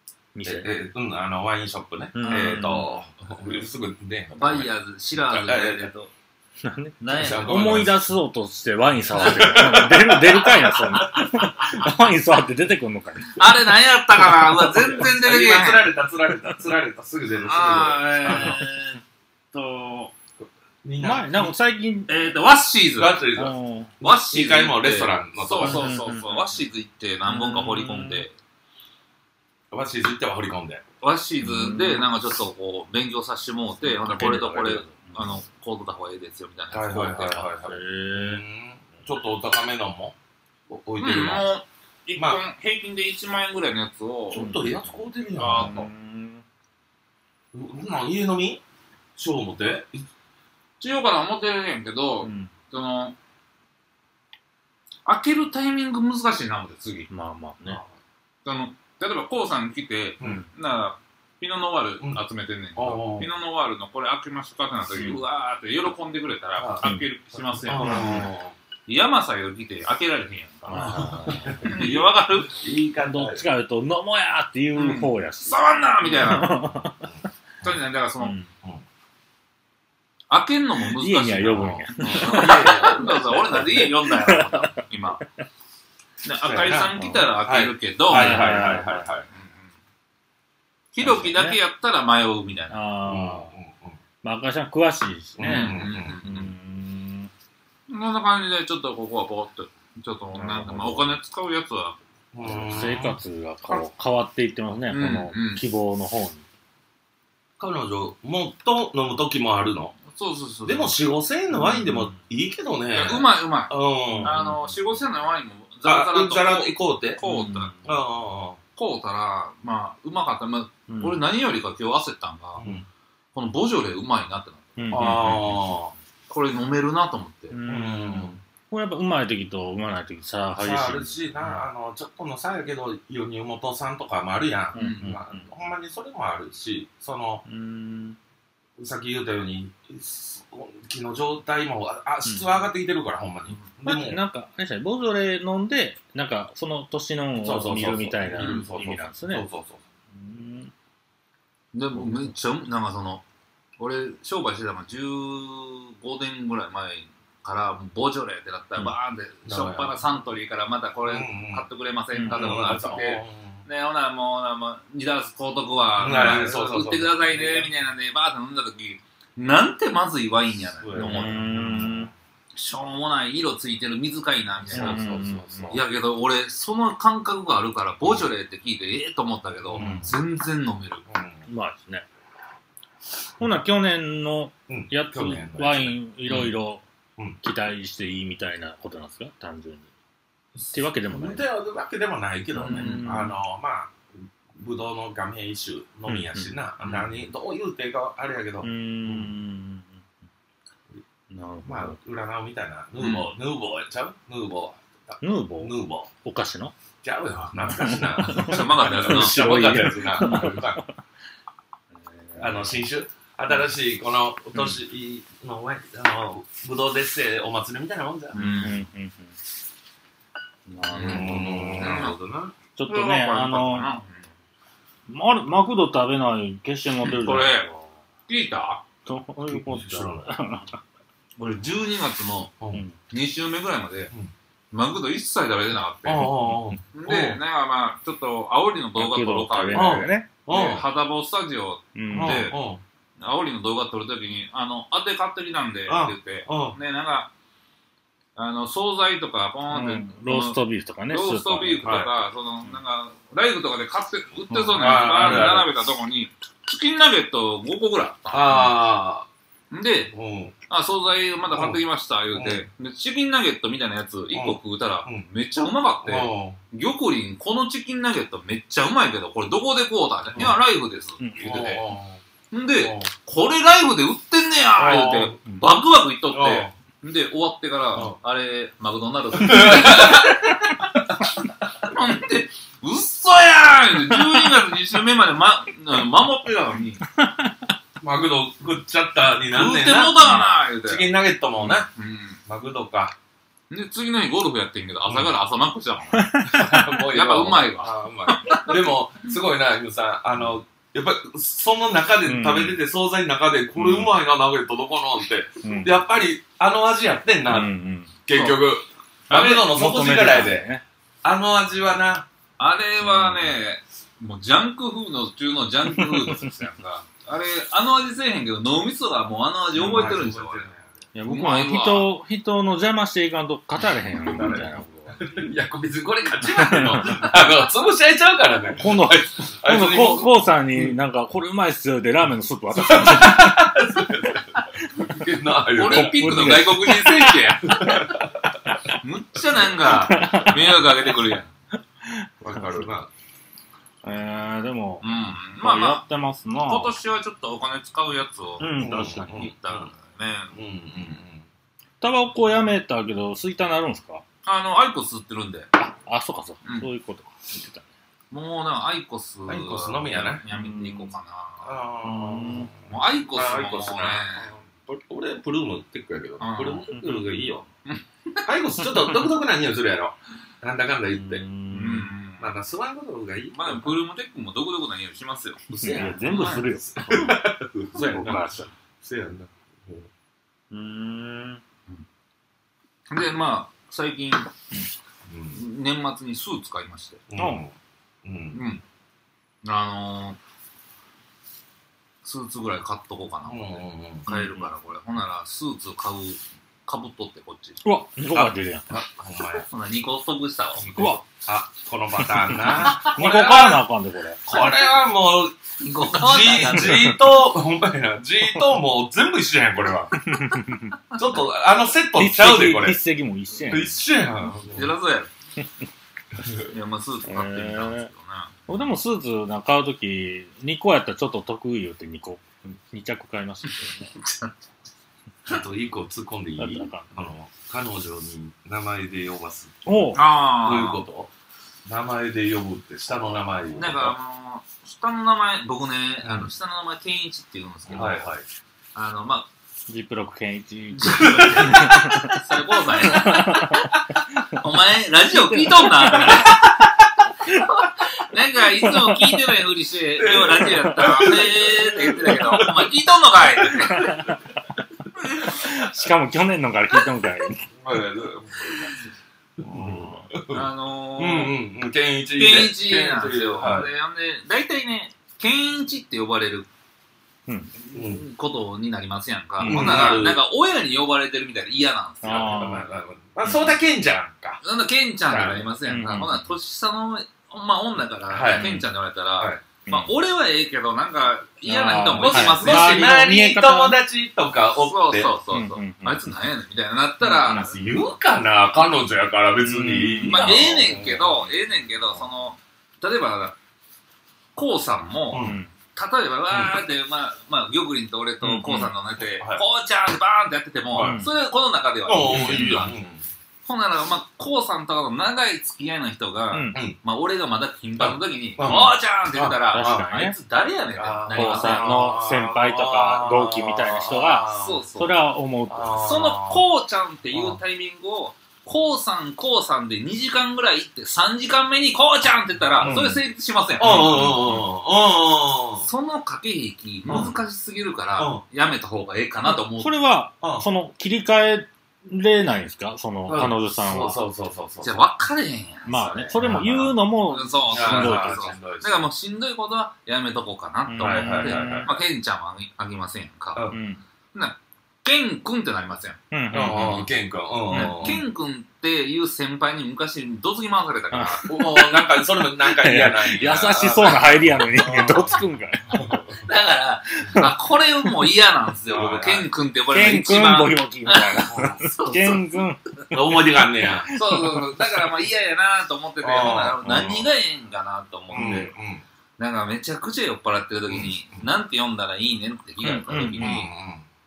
え店。えうんあのワインショップね、うんえっ、とすぐねバイヤーズ、シラーズ、えっと、 なんでなんやろ思い出そうとしてワイン触ってる。出る、出るかいな、そんな。ワイン触って出てくんのかい。あれ何やったかなうわ、全然出てけへん。あ今釣られた釣られた釣られたすぐ出るすぐ出るあー、えーっと、みんな前、なんか最近、えーっと、ワッシーズ。ラッツリーあズのワッシーズ行って。二階もレストランのとそこうそうそううそうんうんうんワッシーズ行って何本か放り込んで、ワシーズ行っては掘り込んでワッシーズでなんかちょっとこう、勉強させてもうて、ほんでこれとこれ、あの、こうとった方がええですよみたいなやつ買うて。へうぇんちょっとお高めのもお置ういん、てるの、もう、一ま本、平均で1万円ぐらいのやつをち、ょっとええやつ買うてるやんあとなん家飲みショーもてしようかな思ってるねんけど、その、開けるタイミング難しいな思って、次。まあまあね。その、例えば、こうさん来て、うんなら、ピノノワーうんル集めてんねんけおうおど、うピノノワールのこれ開けますかってなった時、うんうわーって喜んでくれたらあ、開ける気しますやん。あ山さえ来て開けられへんやんか。あーいや、わかるーいい感どっちか言うと、飲もうやっていう方やし。触んなみたいな。とにかく、だからその、うん開けんのも難しいな。家には呼ぶんやう。いやいやそうそう俺なんで家呼んだんやろ、今。で、あかりさん来たら開けるけど、はいはいはいはいはいひろきだけやったら迷うみたいな。ああ。まあ、赤ちゃん詳しいしうんね。ううんうんん。うんそんな感じで、ちょっとここはぼーっと、ちょっとなんか、まあ、お金使うやつは、うん生活がこう変わっていってますね、こうんのうん希望の方に。彼女もっと飲む時もあるのそうそうそう。でも4 5千円のワインでもいいけどいねやういまいうまい。うんあの、4、5千のワインも、ザラザザララとと。ザラ行こうってこうた、ああこうたら、まあ、うまかった。まあ、うん俺何よりか今日焦ったんが、うんこのボジョレうまいなってなって。うんあこれ飲めるなと思って。うあうんんこれやっぱうまい時とうまない時差激しい。さあるしなあのちょっとの差やけど世に元さんとかもあるやんうんうんまあほんまにそれもあるしそのうん。さっき言ったようにす気の状態もああ質は上がってきてるからほんまにだっでてもなんか、あれでしたねボジョレ飲んで、なんかその年のを見るみたいな見意るそうそうそう味なんですそうね。そうそううんでもめっちゃ、なんかその、俺、商売してたのが15年ぐらい前から、もうボジョレってなったら、うんバーンって、しょっぱなサントリーからまたこれ買ってくれませんかうとんかうんなって、ね、ほな、もう、ほなもう、二ダース高徳は、はいなんかそうそうそう売ってくださいね、みたいなんで、バーって飲んだ時、なんてまずいワインやねんってう思う。んしょうもない、色ついてる水かいな、みたいな。うんいやけど、俺、その感覚があるから、ボジョレって聞いて、ええと思ったけど、うん全然飲める。うまいですね。ほな、去年のうんやつ去年、のやつワインいろいろうん期待していいみたいなことなんですか単純に。ってわけでもないってわけでもないけどね、うんあのまあブドウの画面一種のみやしな、うん何どういう手があれやけど、うーん。なるほど。まあ占うみたいなヌーボー、ヌーボーやっちゃうヌーボヌーボーーヌーボーお菓子のちゃうよ懐 かしいなちょ、まかったや つな。白いやつなあの新種新しいこの年の前、あのブドウデッセイお祭りみたいなもんじゃうんうんうんん。うんなるほどうんなるほどな。ちょっとね、あの、まるマクド食べない決してモテるじゃないですか。聞いたどういうこ知らと俺、12月のだ、ないうん2週目ぐらいまでうん、マクド一切食べてなかっあた。あで、なんかまあ、ちょっと、煽りの動マ画ク撮ろドうか、食べで、ないよね。ああハタボスタジオ、うんあであ煽りの動画撮るときに、あの、当て買ってきたんで、って言って、あね、なんか、あの、惣菜とか、ポーンって、うんローストビーフとかね、ローストビーフとか、スーその、なんか、ライブとかで買って、売ってそうなうんあやつ、バあーるあるン並べたとこに、チキンナゲット5個ぐらいあった。あで、うんあ、惣菜まだ買ってきました、言うて、でチキンナゲットみたいなやつ1個食うたら、うんめっちゃうまかって、玉林、このチキンナゲットめっちゃうまいけど、これどこで食おうた、うんいや、ライフです、うん言ってて。んでで、これライフで売ってんねや言うて、うんバクバクいっとって、あで、終わってうんから、あれ、マクドナルド。ほんで、嘘やーん !12 月2週目まで、ま、守ってたのに、マクド食っちゃったになん食うねんてもうたな。かな言うチて。キンナゲットもな、うマクドか。ん。で、次の日ゴルフやってんけど、朝から朝マックしたもん。もやっぱうまいわ。あーうまい。でも、すごいな、ゆうさん。あの、やっぱり、その中で食べてて、惣菜の中で、これうまいな、ナゲットどこのって。うんやっぱり、あの味やってんうんな、うん結局。マクドの底求めて力たやんだで。よね。あの味はな、あれはね、もうジャンクフード中のジャンクフードですやんか。あれ、あの味せえへんけど、脳みそがもうあの味覚えてるんでしょ、あれ。いや、僕もうまいわ人を、人の邪魔していかんと語れへんよ、みたい なこと。いや、別にこれ勝ち負けの、 あの、潰し合えちゃうからね。今度、あい今度つに こ う、こうさんになんか、これうまいっすよ、で、ラーメンのスープ渡す。なあ言オうてリンピックの外国人選手や。むっちゃなんか、迷惑かけてくるやん。わかるな。えー、でもう、ん。まあまあ、やまあ、ってますな。今年はちょっとお金使うやつを、うん、うん確かに。行ったんだよね。うんうんうん。タバコやめたけど、吸いたなるんすかあの、アイコス吸ってるんで。あ、そうかそううんか。そういうことか。言ってたね。もうな、アイコス。アイコスのみやな。やめていこうかな。あうんもうアイコスもあアねイコスな。俺、プルーム結構やけどうな。んプルーム結構がいいよ。アイコスちょっと独特な匂いするやろ。なんだかんだ言って。うん。まあまあ、スワンゴルフがいい。まあでも、プルームテックもどこどこな匂いしますよ。嘘いやや、ん。全部するよ。嘘やん僕からなし。たら嘘やんな。うーん。で、まあ、最近、うん年末にスーツ買いまして。うん。うん。うん。あのー、スーツぐらい買っとこうかな。うん。買えるから、これ。ほんなら、スーツ買う、かぶっとって、こっち。うわ、2個買ってるやん。ほんまや。ほんなら、2個得したわ。うわ、あ、このパターンな。 2個買わなあかんで、これ。これはもう、 2個買わなあかんじ、じと、ほんまやな、じともう全部一緒やん、これは。ちょっと、あのセットちゃうで、これ。筆跡も一緒やん。一緒やん。ジェラゾや ろ。いや、まあ、スーツ買ってみたんですけどね。僕でもスーツなんか買うとき、2個やったらちょっと得意よって2個、2着買いましたけちょっと一個突っ込んでいどね。だいったらあかん。あの、彼女に名前で呼ばす。おうどういうあこあ。と名前で呼ぶって、下の名前をなんか、あのー、下の名前、僕ね、あの、下の名前、健一って言うんですけど、はいはい。あの、まジップロック健一。あ、それこそさ、お前、ラジオ聞いとんな、なんか、いつも聞いてないふりして、今日ラジオやったら、えーって言ってたけど、お前聞いとんのかいしかも去年のから聞いたんか い。あのうー、んうん、健一健一なんですよ。はい。で、ほんで、大体ね、健一って呼ばれるうんことになりますやんか。うんほんなら、うんなんか親に呼ばれてるみたいで嫌なんですよ。あまあ、そうだけんじゃんか。なんだ、ケンちゃんってなりますやんか。うんほんなら、年下の、まあ女かはら、いケンちゃんって言われたはら、いまあ俺はええけど、なんか嫌な人ももいし、ますはよ。いもし周りに友達とかおそっうて、そうそうそううんうんうんあいつなんやねんみたいになったら、うん言うかな彼女やから別うに。んまあええねんけど、ええねんけど、その、例えば、こうさんも、ううんん。例えば、わーって、まあ、まあ、玉林と俺とこうさんの中で、うこんはいちゃんってバーンってやってても、はいそれはこの中ではおいいーですいいよやん。ほんなら、まあ、こうさんとかの長い付き合いの人が、うん。まあ、俺がまだ金髪の時に、うこんうちゃんって言ったら、確あかにいね。つ誰やねんってなりこまうすやんさんの先輩とか同期みたいな人がそうそそうれ。は思うと。そのこうちゃんっていうタイミングを、こうさん、こうさんで2時間ぐらい行って、3時間目にこうちゃんって言ったうら、んそれ成立しません。うんうんうんその駆け引き難しすぎるから、やめた方がええかなと思うそ。れは、うんうん。その切り替えれないんですかそのうん彼女さんは。そうそうそうそう。じゃあ分かれへんやん。まあね、それれも言うのそもう、そうしんどいそうとそう。んどだいからもうしんどいことはやめとこうかなとう思はいっはいて、はいはい。まあ、ケンちゃんはあげあげませんやんか。うん。ケン君ってなりません。うん。うんうんうん、ケン君。うんうん。ケン君っていう先輩に昔どつき回されたから、おーなんか、それもなんか嫌な。 優しそうな入りやのに、どつくんかい。だから、あ、これもう嫌なんですよ、はい僕。はいケン君って呼ばれるのケン一君、番。ボキボキみたいな。そうケそうン君。思い出があんねや。そうそうそうだからまあ嫌やなと思ってて、あーほんなら何がええんかなと思うっん。うて、ん。なんかめちゃくちゃ酔っ払ってる時に、うんなんて読んだらいいねんって聞かれた時に、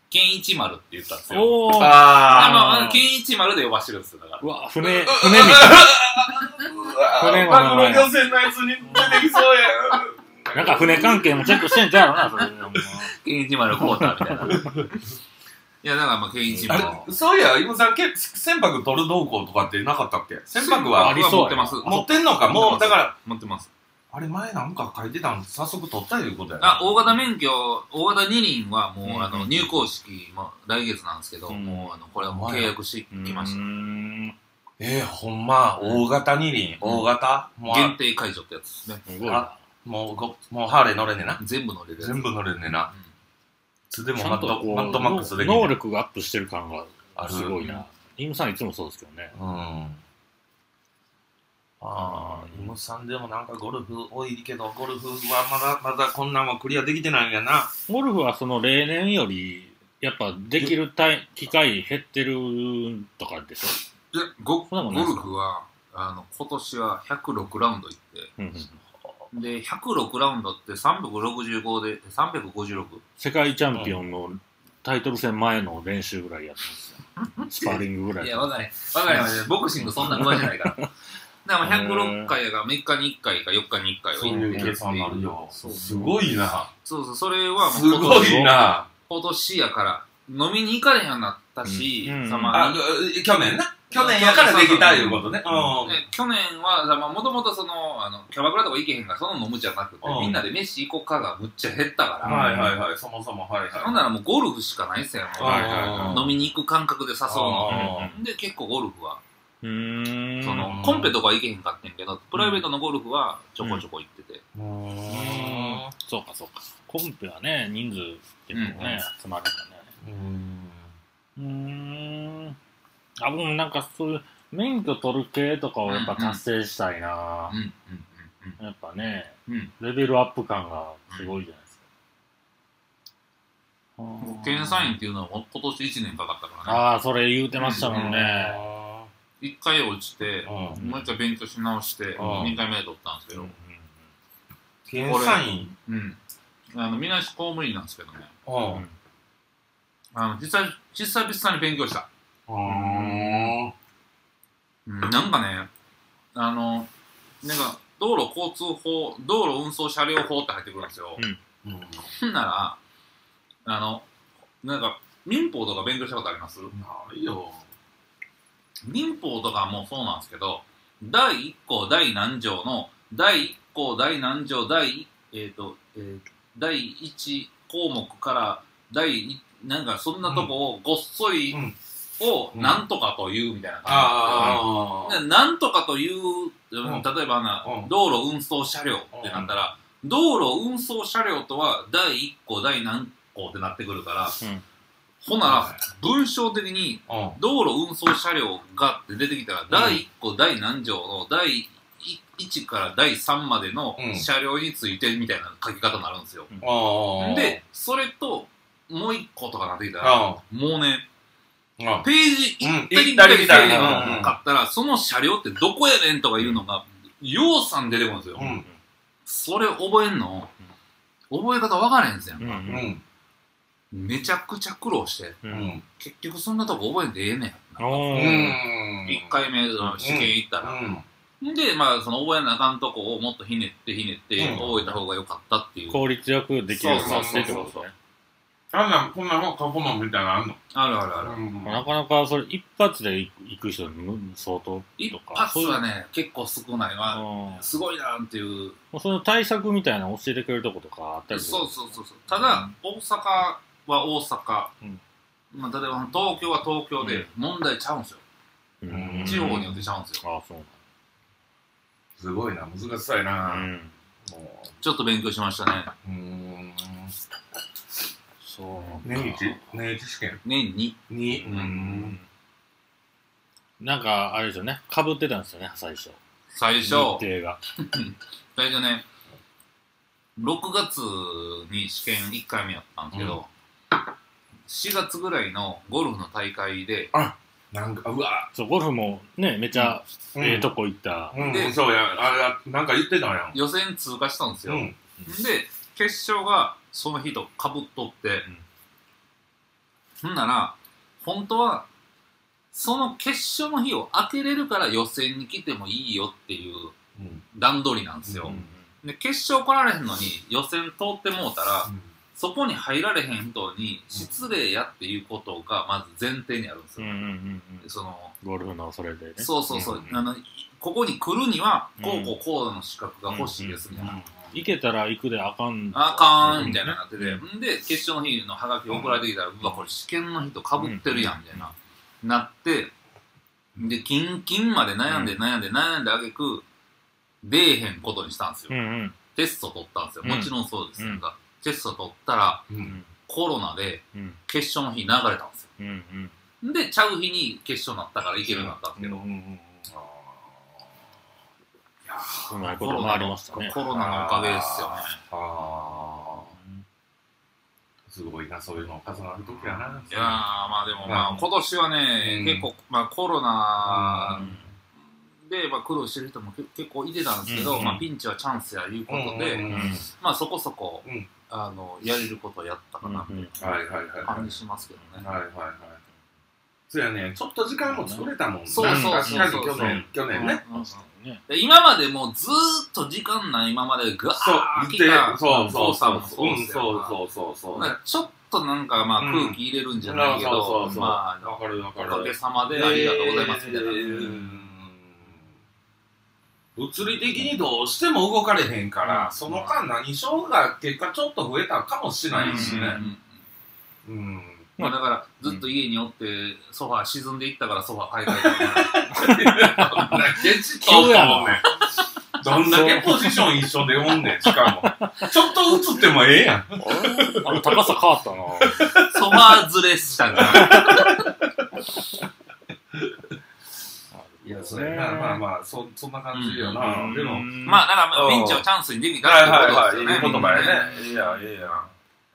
ケンイチマルって言ったんですよ。おー。ああまあ、ケンイチマルで呼ばしてるんですよ、だから。うわ、船、船みたい。ー。マグロ漁船のやつに出てきそうや。なんか船関係もチェックしてんちゃうやろな、それ。 ケンイチマルこうたみたいな。いや、だからまあ、ケンイチマル。あれそういや、今さん、け船舶取る動向とかってなかったっけ船舶はありそう持ってます。持ってんのかもう、だから、持ってます。あれ前なんか書いてたの早速取ったいうことやなあ、大型免許、大型二輪はもう、うんあの、入校式、まあ、来月なんですけど、うんもう、あの、これはもう契約してきましん。えー、ほんま、大型二輪、うん大型もた。う限あ、定解除ってやつですね。すごいあもうご、もうハーレー乗れねえな。全部乗れるやつ。全部乗れねえな。うんいつでもちマゃんッとド、こうマッドマックスでき能る。力がアップしてる感があるすごいな。イムさんいつもそうですけどね。うん。ああ、今さんでもなんかゴルフ多いけど、ゴルフはまだ、まだこんなんはクリアできてないんやな。ゴルフはその例年より、やっぱできるタイ機会減ってるとかでしょで、ゴそんなゴもんないルですかフは、あの、今年は106ラウンド行って、うんうんで、106ラウンドって365で、356? 世界チャンピオンのタイトル戦前の練習ぐらいやってますよ。スパーリングぐらい。いや、わかんない。わかんない。ボクシングそんな上手じゃないから。だからまあ106回やから3日に1回か4日に1回はそういう計算になるよ。そうすごいな。そうそう、それはすもう今ご年いな。今年やから、飲みに行かれへんようになったし、うんさうんまああ、う去年な。去年やからできたいうことね。え去年は、まあ、もともとその、あの、キャバクラとか行けへんから、その飲むじゃなくてう、んみんなで飯行こうかがむっちゃ減ったかうんら、はいはいはい。そもそも、はいはい。ほんならもうゴルフしかないっすよ、ねはいはい飲みに行く感覚で誘うの。あで、結構ゴルフは、うーん。その、コンペとか行けへんかってんけど、プライベートのゴルフはちょこちょこ行ってて。ーうーんそうかそうか。コンペはね、人数結構ね、集まるからね。うんうーん。あ、僕もなんかそういう免許取る系とかをやっぱ達成したいなうん、うん、やっぱね、うん、うん。レベルアップ感がすごいじゃないですか。あー検査員っていうのはもう今年1年かかったからね。ああ、それ言うてましたもんね。 1回落ちて、うんもう1回勉強し直して、ああ2回目で取ったんですけうんどうん、検査員うん。あの、みなし公務員なんですけどね。ううんんあの、実際、久々に勉強した。うんうん、なんかね、あの、なんか、道路交通法、道路運送車両法って入ってくるんですよ。ほんなら、あの、なんか、民法とか勉強したことありますないよ民法とかもそうなんですけど、第1項第何条の、第1項第何条第、えっ、と、えー第1項目から、第一なんかそんなとこをごっそりうんをうんなんとかというみたいな感あじで、でなんとかという、ん例えばな、うん道路運送車両ってなったら、道路運送車両とは第1項第何項ってなってくるから、うんほなら、文章的にあ道路運送車両がって出てきたら、第1個第何条の第1から第3までのうん車両についてみたいな書き方になるんですよ。あで、それと、もう1個とかなってきたら、あもうね、あページうん1行ったり来たペーりジうんうん行かったら、その車両ってどこやねんとかいうのが、ようさん出てくるんですよ。うんそれ覚えんの覚え方わからへんですよう。んうんうんめちゃくちゃ苦労して、ううんん結局そんなとこ覚えんでええねん。おうーん1回目の試験行ったら。うんで、まあ、その覚えなあかんとこをもっとひねってひねって、うん覚えた方が良かったっていう。効率よくできるようになってってそうことそうそうね。あんなんこんなの過去問みたいなのあんのあるあるある。うんなかなかそれ一発で行く人む相当一とか。発そういうはね、結構少ないわ。うんすごいなーっていう。もうその対策みたいなの教えてくれるとことかあったりするそうそうそうそう。ただ、大阪は大阪。うんまあ、例えば東京は東京で問題ちゃうんですよ。ううん地方によってちゃうんですよ。ああ、そうすごいな難しそうやななんだ。もちょっと勉強しましたね。ううんそうなんだ年一年一試験年に。にうん。なんか、あれですよね。被ってたんですよね、最初。最初、日程が。最初ね、6月に試験1回目やったんですけど、4月ぐらいのゴルフの大会で、なんかうわそう、ゴルフもね、めちゃ、うんええとこ行った。うんでそうやあれなんか言ってたやん予選通過したんですよ、うんで決勝がその日とかぶっとって、ほんなら本当はその決勝の日を開けれるから予選に来てもいいよっていううん段取りなんですよ、うんで決勝来られへんのに予選通ってもうたらそこに入られへん人に失礼やっていうことがまず前提にあるんですうんよ、うんうんうん。そのゴルフのそれでね。そうそうそう、うんうんあのいここに来るにはこうこうこうの資格が欲しいですみたいな、行けたら行くであかん。あかんみたいななってて、んで、決勝の日のハガキ送られてきたら、うわ、これ試験の日とかぶってるやん、みたいな、なって、で、キンキンまで悩んで悩んで悩んであげく、出えへんことにしたんですうよ。んうん。テスト取ったんですよ。もちろんそうですうんが、テスト取ったら、ううんんコロナでうん決勝の日流れたんですうんうん。よ。で、ちゃう日に決勝になったからいけるようになったんですけど、うあまいこコとロもナありのまおしたね。かげですよね。ーあーすごいなそういうの重なる時やないやー、まあでもまうあん今年はね、うん結構、まあコロナうんで、まあ、苦労してる人もけ結構いてたんですけど、うんまあ、ピンチはチャンスやいうこうんとで、うんうんまあ、そこそこ、うんあのやれることをやったかなってうんうんいうはいはいはいはい感じしますけどね。はいはいはいそうやね、ちょっと時間も作れたもんな。そうそう確かに去そうそう年、去年ね。うんね。で今までもうずーっと時間ないままでガそうー、ッ見来てた、そうそ操うそう作も。そううんですよそうそうそうそう。なんかちょっとなんかまあうん空気入れるんじゃないけそうそうどそう、そうまあ、わかるわかおる。かげさまでありがとうございますみたいな。えー物理的にどうしても動かれへんから、その間何症が結果ちょっと増えたかもしれないしうんうんうね。んうん。まあだから、ずっと家におって、ソファー沈んでいったからソファー買い替えたから。 どんだけちっとおったもんね どんだけポジション一緒でおんねん、しか も。ちょっと映ってもええやん。あの、高さ変わったな。 ソファーずれしたから。いや、それな、まあまあ、そ、そんな感じよな。でも、まああ、だから、ピンチをチャンスにできたはいっはいてことはい、いいですよね。言葉やね。いいや、いいや。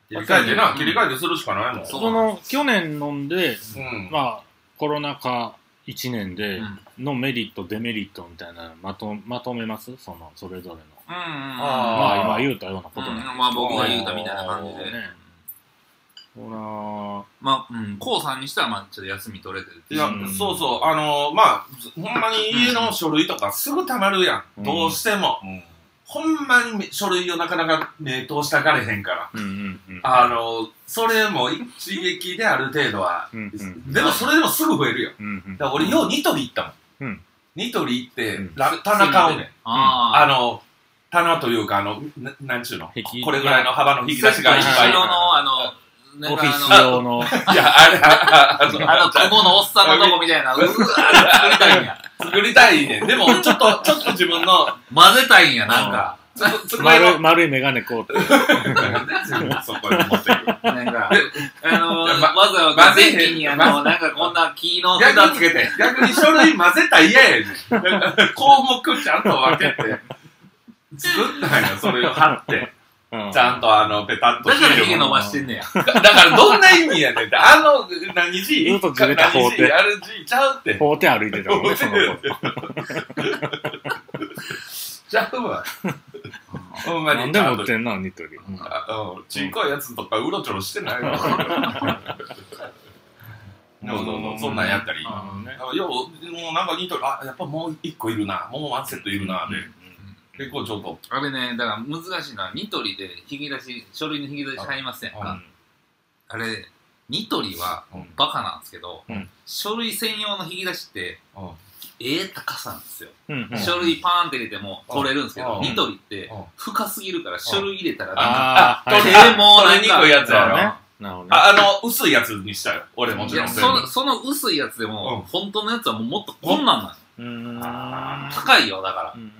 切り替えてな、切り替えてするしかないもん。そうその、去年飲んで、うん。まあ、コロナ禍1年でうんのメリット、デメリットみたいなのまとまとめますその、それぞれの。うんうんうん。あーまあ、今言うたようなことうんなんでまあ僕が言うたみたいな感じで。ねほまあ、うん、コウさんにしては、まあ、ちょっと休み取れてるっていいうや、うんそうそう、あのまあ、ずほんまに家の書類とかすぐ溜まるやん。うんどうしても。ら、うん。ほんまに書類をなかなか目通したかれへんから。うんうんうん。あのそれも一撃である程度は。うんうんでもそれでもすぐ増えるよ。うんうん。だから俺、ようニトリ行ったもん。うんニトリ行って、うんラ棚買うねん。あああ、の、棚というか、あの、ななんちゅうの壁これぐらいの幅の引き出しがいっぱ後い。ろの、あの、ねオフィスあの用の、いや、あれ、ああのあ の、ここのおっさんのとこみたいな、うわー作りたいんや。作りたいねん。でも、ちょっと、ちょっと自分の、混ぜたいんや、なんか。 ちょっと机の丸い、丸いメガネこうって。そこに持ってくる。なんか、あの、 いやまわざわざ前期にあの、なんかこんな木の逆札につけて。逆に書類混ぜたら嫌やねん。項目ちゃんと分けて。作ったんや、それを貼って。うんちゃんとあの、ペタッとだからシール髭も伸ばしてんねや。だからどんな意味やねんって。あの、何字ずっとずれた方何程字ある字ちゃうって。法廷歩いてたもん ね、その頃。ちゃうわ。ほんま何に。でちゃも売んとってんな、ニトリ。あうんちっこいやつとかうろちょろしてないわ。そうそうそうそんなんやったり。うんあよう、もうなんかニトリ、あ、やっぱもう一個いるな、もうワンセットいるな、で、結構ちょっと、あれね、だから難しいのは、ニトリで引き出し、書類の引き出し入りませんうか。あれ、ニトリはうんバカなんですけどうん、書類専用の引き出しって、うんええ高さなんですよ。うんうん書類パーンって入れても取れるんですけうど、んニトリってうん深すぎるから書類入れたらなんか、ああ、あはい取でれはいもなんか取れにくいやつやろ。ねあ、なるほどね。あの、薄いやつにしたよ、俺もいちろやん。そのその薄いやつでも、本当のやつはもうもっとこんなんなんようーんあ高いよ、だから。うん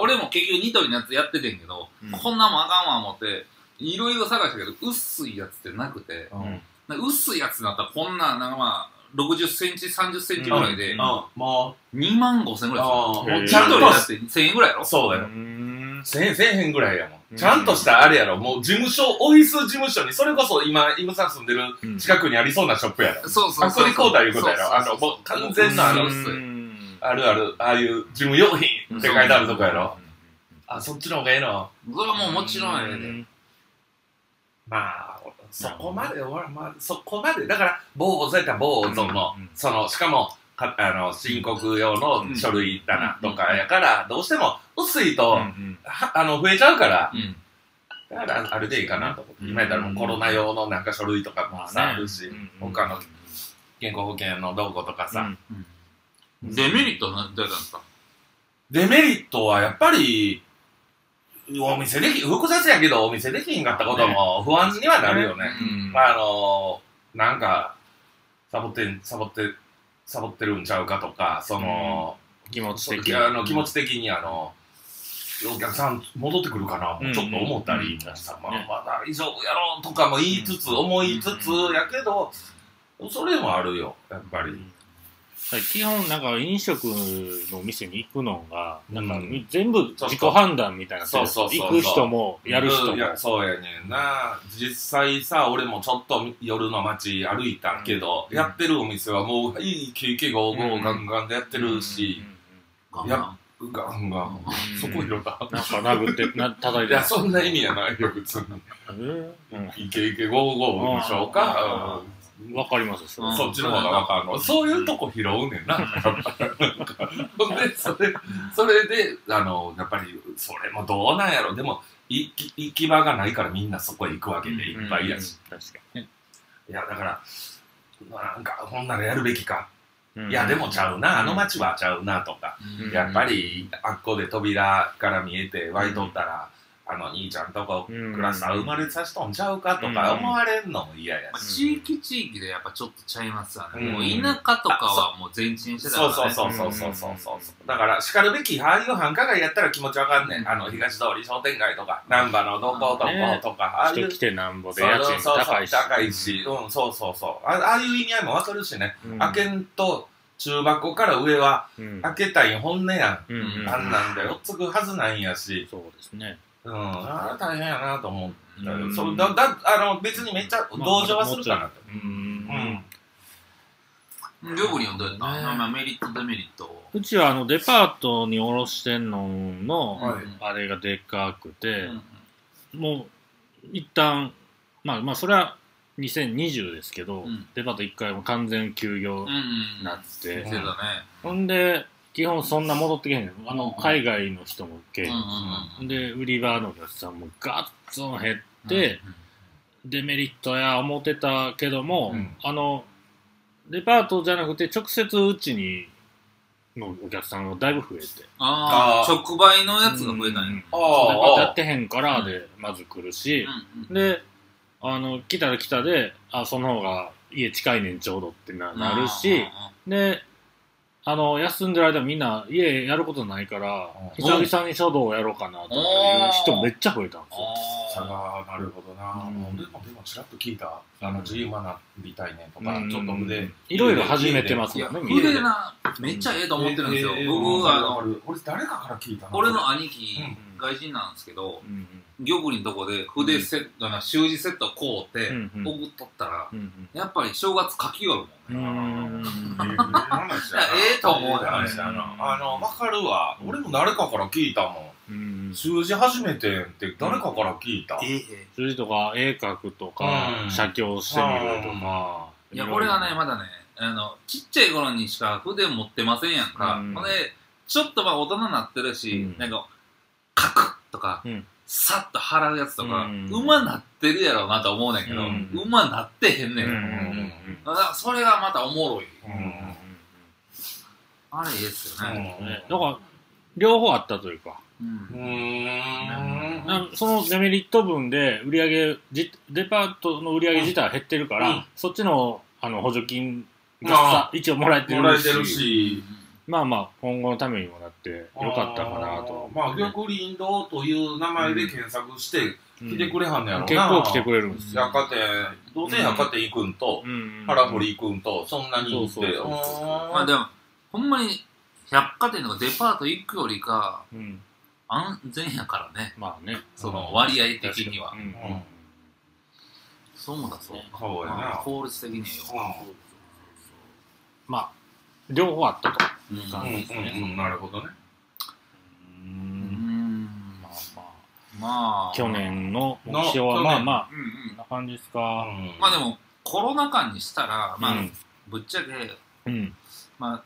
俺も結局ニトリのやつやっててんけど、うんこんなんもあかんわ思って、いろいろ探したけど、薄いやつってなくて、うんうんなんか薄いやつになったらこんなん、なんかまあ、60センチ、30センチぐらいでうん、も2万5千ぐう、らいするあーもへうーちちゃゃんんととだって1000円ぐらいやろそうだうよ。んせん、せえへんぐらいやもうんん。ちゃんとしたあれやろ、もう事務所、オフィス事務所に、それこそ今、イムさん住んでるうん近くにありそうなショップやろ。そうそうあそう。それこうだいうことやろそうそうそうあのもう完全なあの薄い薄いあるある、ああいう事務用品って書いてあるとこやろ。。うんあ、そっちの方がええの。それはもうもちろんええで。まあ、そこまで、ほら、まあ、そこまで、だから、坊主やったら坊主のうん、その、しかも、かあの、申告用の書類だな、うんとかやから、どうしても、薄いと、うはんあの、増えちゃうから、うん。だから、あれでいいかなと思って。うん今やったらもうコロナ用のなんか書類とかもまあさ、ねあるしうん、他の健康保険のどうこうとかうさ。んうんデメリットはどうやったんですかデメリットはやっぱり、お店でき、複雑やけど、お店できひんかったことも不安にはなるよね。うんまああのなんかサボってんサボってサボってるんちゃうかとかその、気持ち的きにあの気持ち的にあの、お客さん戻ってくるかな、うんちょっと思ったり、うんさまあねまだ以上やろうとかも言いつつ、うん思いつつやけど、それもあるよやっぱり、はい基本、なんか飲食のお店に行くのが、なんかうん全部自己判断みたいな。そうそうそうそう行く人も、やるう人んいも。やそうやねんな実際さ俺もちょっと夜の街歩いたけど、うんやってるお店はもういいケーキがガンガンでやってるし、ガンいガやンガンガンそこ拾った。なんか殴って、な叩いいて。や、そんな意味やないよ、別に。うん。うんイケイケゴーゴーでしょうか。わかりますそれうんそっちの方がわかるの、うんそういうとこ拾うねんな。ほん で、それ、それで、あの、やっぱり、それもどうなんやろ。でも、行き行き場がないからみんなそこへ行くわけでいっぱいやし。うん確かにねいや、だから、なんか、ほんならやるべきか。うんいや、でもちゃうな。あの街はちゃうな、とか。うんやっぱり、あっこで扉から見えて湧いとったら、あの、兄ちゃんとこうんクラスター生まれさしとんちゃうかとか思われんのも嫌やしまあ、地域地域でやっぱちょっとちゃいますわね、うんもう田舎とかはもう全鎮してたかそうら、そうね、そうそうそうそうそう、だからしかるべきああいう繁華街やったら気持ちわかんねん、あの東通り商店街とか難波のどこどことか、ねああい人う来てなんぼでそう家賃そうそう高いし高いしうんそうそうそうあああいう意味合いもわかるしね、うん開けんと中箱から上はうん開けたい本音や、うんうんんあんなんでよっつくはずないんやし、そうですねうん、ああ大変やなと思ううんそうだだあの別にめっちゃ同情はするから、うんうんうん両国に呼んどうやった、ねまあまあメリットデメリットを、うちはあのデパートに卸してんのの、はいあれがでっかくうて、んもう一旦まあまあそれは2020ですけど、うんデパート一回も完全休業うんうん、なって、してたね、ほんで基本そんな戻ってけへんあのうん海外の人もう受んけ、うんうんうん、で売り場のお客さんもガッツン減って、デメリットや思ってたけども、うんあのデパートじゃなくて直接うちにのお客さんがだいぶ増えて。あああー直売のやつが増えたんや、あああやってへんからで、まず来るし、うんうんで、あの、来たら来たで、あ、その方が家近いねんちょうどってななるし、で、あの、休んでる間みんな家やることないから、うん久々に書道をやろうかなとかいう人めっちゃ増えたんですよ。さああなるほどな、うんもうでもでもちらっと聞いたあの自由学びたいねとか、うんちょっと腕、いろいろ始めてますいよやね、筆で。なめっちゃええと思ってるんですよ、えー僕あの、俺誰かから聞いたな俺の兄貴、うん外人なんですけどうん玉林のとこで筆セット、な習字セット買うて、うんうん送っとったらうんうんやっぱり正月書きよるもんね、うんええ話やな ええと思うで話やなあの分かるわ俺も誰かから聞いたもうんん数字初めてんって誰かから聞いた、え数字とか絵描くとか、うん写経してみるとか。えいやろろ俺はねまだねあのちっちゃい頃にしか筆持ってませんやんか、うんほんでちょっとまあ大人になってるし、うんなんか書くとか、うんさっと払うやつとか、ううんまなってるやろうなと思うねんけど、ううんまなってへんねん、うんうんだうんからそれがまたおもろいうんうんうんあれいいですよね、うんねだから、両方あったというか。うんうんうんあのそのデメリット分で売り上げじデパートの売り上げ自体は減ってるから、うんそっちのあの補助金があさ一応もらえてるしもらえてるしまあまあ今後のためにもなってよかったかなとあーまあ玉林堂という名前で検索してうん来てくれはんねやろな、結構来てくれるんですよ、百貨店どうせ百貨店行くんと、うん原堀行くんとそんなに行ってそうそうそうそうまああでも、ほんまに百貨店とかデパート行くよりか、うん安全やからね、まあねその割合的にはう。んうんうんそうだそうだ。ーそうやまあな効率的によ。まあ両方あったとうん。そううんうんうんなるほどねうんまあまあまあ。去。年の目標はのまあまうんうあこんん。な感じですか、まあでもも、コロナ禍にしたら、まあうん、ぶっちゃけ、うんま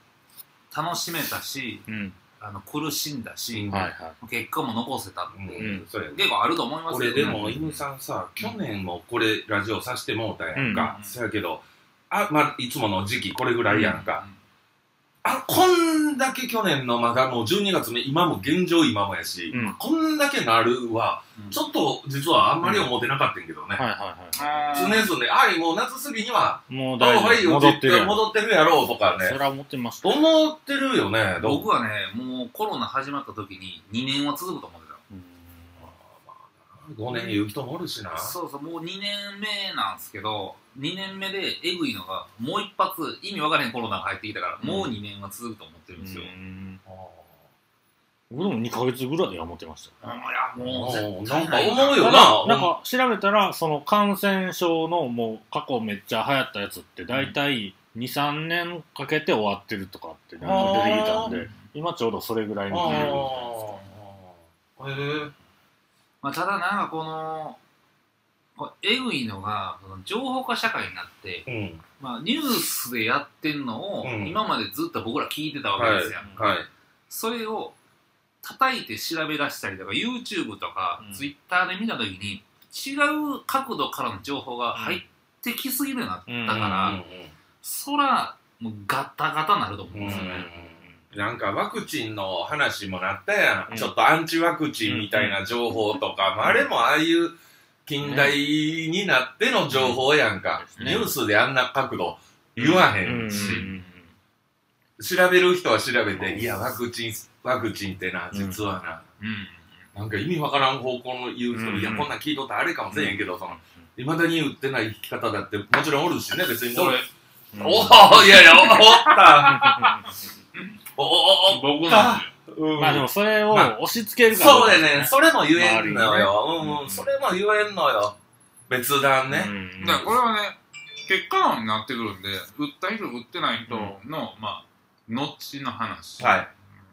あ、楽しめたし、うんあの苦しんだし、はいはい結果も残せたうって、んそれ結構あると思いますけ俺どでも犬さんさ去年もこれラジオさしてもうたやんかうんそやけどあまあいつもの時期これぐらいやんか。あこんだけ去年のまだもう12月目今も現状今もやしうんこんだけなるはうんちょっと実はあんまり思ってなかったんやけどねはいはいはい常々はいもう夏過ぎにはもうあ大はい丈よ夫。戻ってる絶や対ん。戻ってるやろうとかそねれは思ってました。思ってるよねど僕はね、もうコロナ始まった時に2年は続くと思ってた。うん5年言う人もおるしなそうそう、もう2年目なんですけど、2年目でえぐいのが、もう一発、意味わからへんコロナが入ってきたから、うんもう2年は続くと思ってるんですよ。僕でも2ヶ月ぐらいは思ってました。あいや、もうもう絶なん対なかいな、思うたよだ、なんなか調べたら、その感染症のもう過去めっちゃ流行ったやつって大体2、3年かけて終わってるとかってなんか出てきたんで、今ちょうどそれぐらいのレベルああまあ、ただなんかこの、これえぐいのが、その情報化社会になって、うん。まあ、ニュースでやってんのを、うん今までずっと僕ら聞いてたわけですよ。はい。それを叩いて調べ出したりとか YouTube とかうん Twitter で見た時に違う角度からの情報が入ってきすぎるようになったから、うんうんそらもうガタガタなると思うんうんですよね。なんかワクチンの話もなったやん、うんちょっとアンチワクチンみたいな情報とか、まあ、あれもああいう近代になっての情報やんか、うんニュースであんな角度言わへん、うん調べる人は調べて、うんいやワクチンワクチンってなうん実はな、うんなんか意味わからん方向の言う人、うんいやこんなん聞いとったらあれかもしれへんけどそのいまだに売ってない生き方だってもちろんおるしね別に俺おおいやいやおおったおおお お僕なんでうんまあでもそれを押し付けるからそうだね。それも言えんのよ。周りにねうんうん。それも言えんのよ。別段ね。だからこれはね結果論になってくるんで売った人売ってない人の、まあ後の話。はい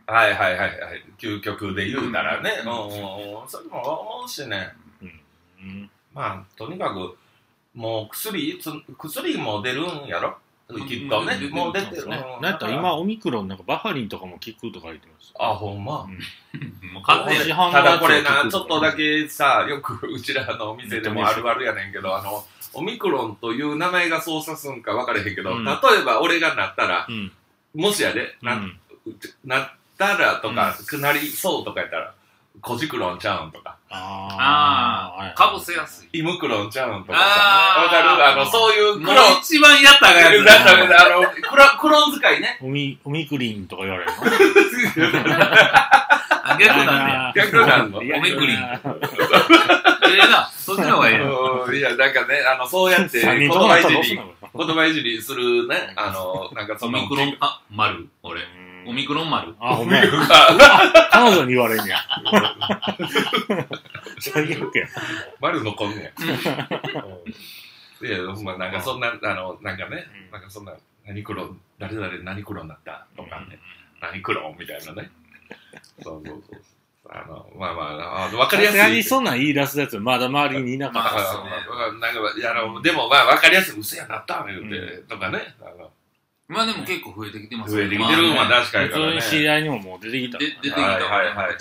はいはいはいはい。究極で言うならね。ううんんうんうん。それも思うしね。まあ、とにかく、もう薬、つ薬も出るんやろうんきっとね。ももうう出出ててる。うんなんやったら今、オミクロンなんかバファリンとかも効くとか言ってました。あ、ほんま。もうた完これ全に市販のだこれやつな、をちょっとだけさ、よくうちらのお店でもあるあるやねんけど、あの、オミクロンという名前が操作すんか分からへんけど、うん例えば俺がなったら、うん。もしやで、うな、ん。なったらとか、なりそうとかやったら、コジクロンちゃうんとか、あー。かぶせやすい。イムクロンちゃうんとかさ、あーわかるあの、そういうクもロうン、一番やったらあかんやつだからあのクロクロン使いね。オミ、オミクリンとか言われるのあ逆なんだよ。逆なんのいやオミクリンええな、そっちの方がええやん。 うんいや、なんかね、あの、そうやって三言人とも葉い後じどうすんり、のこ言葉いじりするね、あ の、なんかそオの、ミクロン、あ、丸、俺れ。オミクロン丸。あ、ほんまや彼女に言われん ねや。最悪や。 丸のこんね ん。いや、ほんま、なんかそんな、あの、なんかね、なんかそんな、何クロン、誰々何クロンだったとかね、何クロンみたいなね。そうそうそう。あの、まあまあ、あのわかりやさすすがいに。そんなん言い出すやつ、まだ周りにいなかまっあまあまあまあ、なんか、いやあの、でもまあ、わかりやすい、嘘やなった、言うて、とかね。あのまあでも結構増えてきてます増えてきてるんはまあ確かた。に普か通らにね。知り合いにももう出てきた。で出てきたはいはいはいはいはい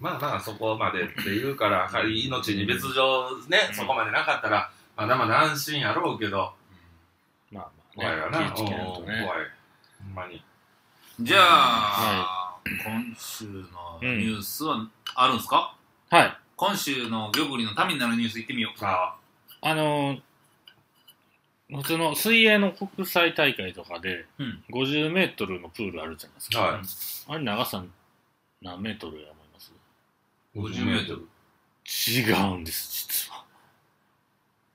まあまあ、そこまでっていうから、やはり命に別状ね、そこまでなかったら、まだまだ安心やろうけど、まあま怖いよあな。ね。うん気ぃつ怖いけないと。ね。ほんまに。じゃあ、今週のニュースはあるんすかはい。今週の玉林の民になるニュース行ってみよう。さあのー、普通の水泳の国際大会とかでうん、 50メートルのプールあるじゃないですあ、か。はあれ長さ何メートルや思いますい。 50メートル。違うんです、実は。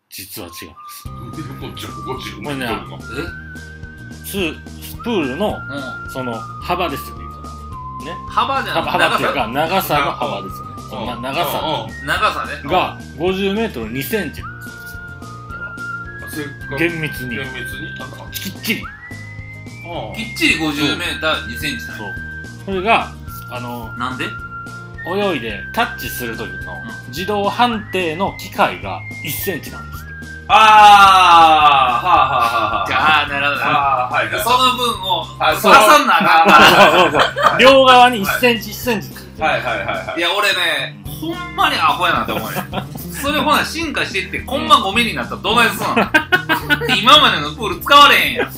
実は違うんです。もうじゃあ50もうねもえスプールものう、その幅ですよね、言うたら幅じゃな幅幅くっててい長さ。うか長さの幅ですよね。そのな長さうんうん長さね。が50メートル2センチ。正確厳密に厳。密になんかきっちり。うんきっちり50メーター2センチだそう。それが、あのー、なんで泳いでタッチする時のう自動判定の機械が1センチなんですって。ああはあはあはあじゃあ、なるほどな。ああはいはいその分を、あ挟そうんなあかんから。両側に1センチ1センチついてるはいはいはいはいいや、俺ね、ほんまにアホやなって思うよ。それほな、進化していって、こんまごめになったらどないすんの今までのプール使われへんやん。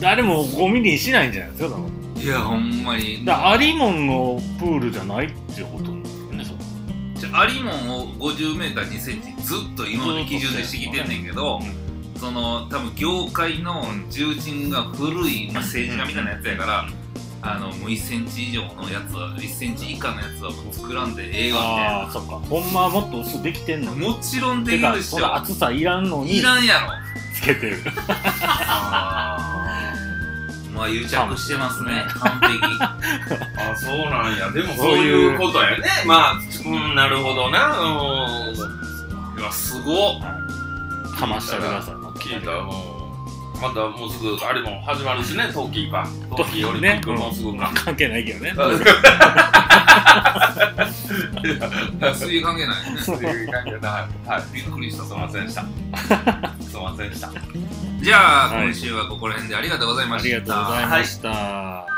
誰も5ミリにしないんじゃないですか、多分いや、ほんまに。だからアリモンのプールじゃないってことなんですよね、そちょアリモンを 50m2 センチずっと今まで基準でしてきてんねんけど、その、多分業界の重鎮が古い、まあ、政治家みたいなやつやから、あの、もう1センチ以上のやつは、1センチ以下のやつはもう作らんでええわみたいああ、そっか。ほんまはもっと薄くできてんのな。に。もちろんでてきるか、っしそのょ。厚さいらんのにいらんやろ。つけてる。あまあ、癒着してますね、完璧。 ーあそうなんやでもそういうことやねまあうんなるほどなうんいやすごっかましてください。聞いたもうまたもうすぐあれも 始まるしね冬季か冬季オリンピックもうすぐか関係ないけどね。水泳関係ないね。という感じではいはい、びっくりした、すみませんでした。すみませんでした。じゃあ、はい今週はここら辺でありがとうございまあした。りがとうございました。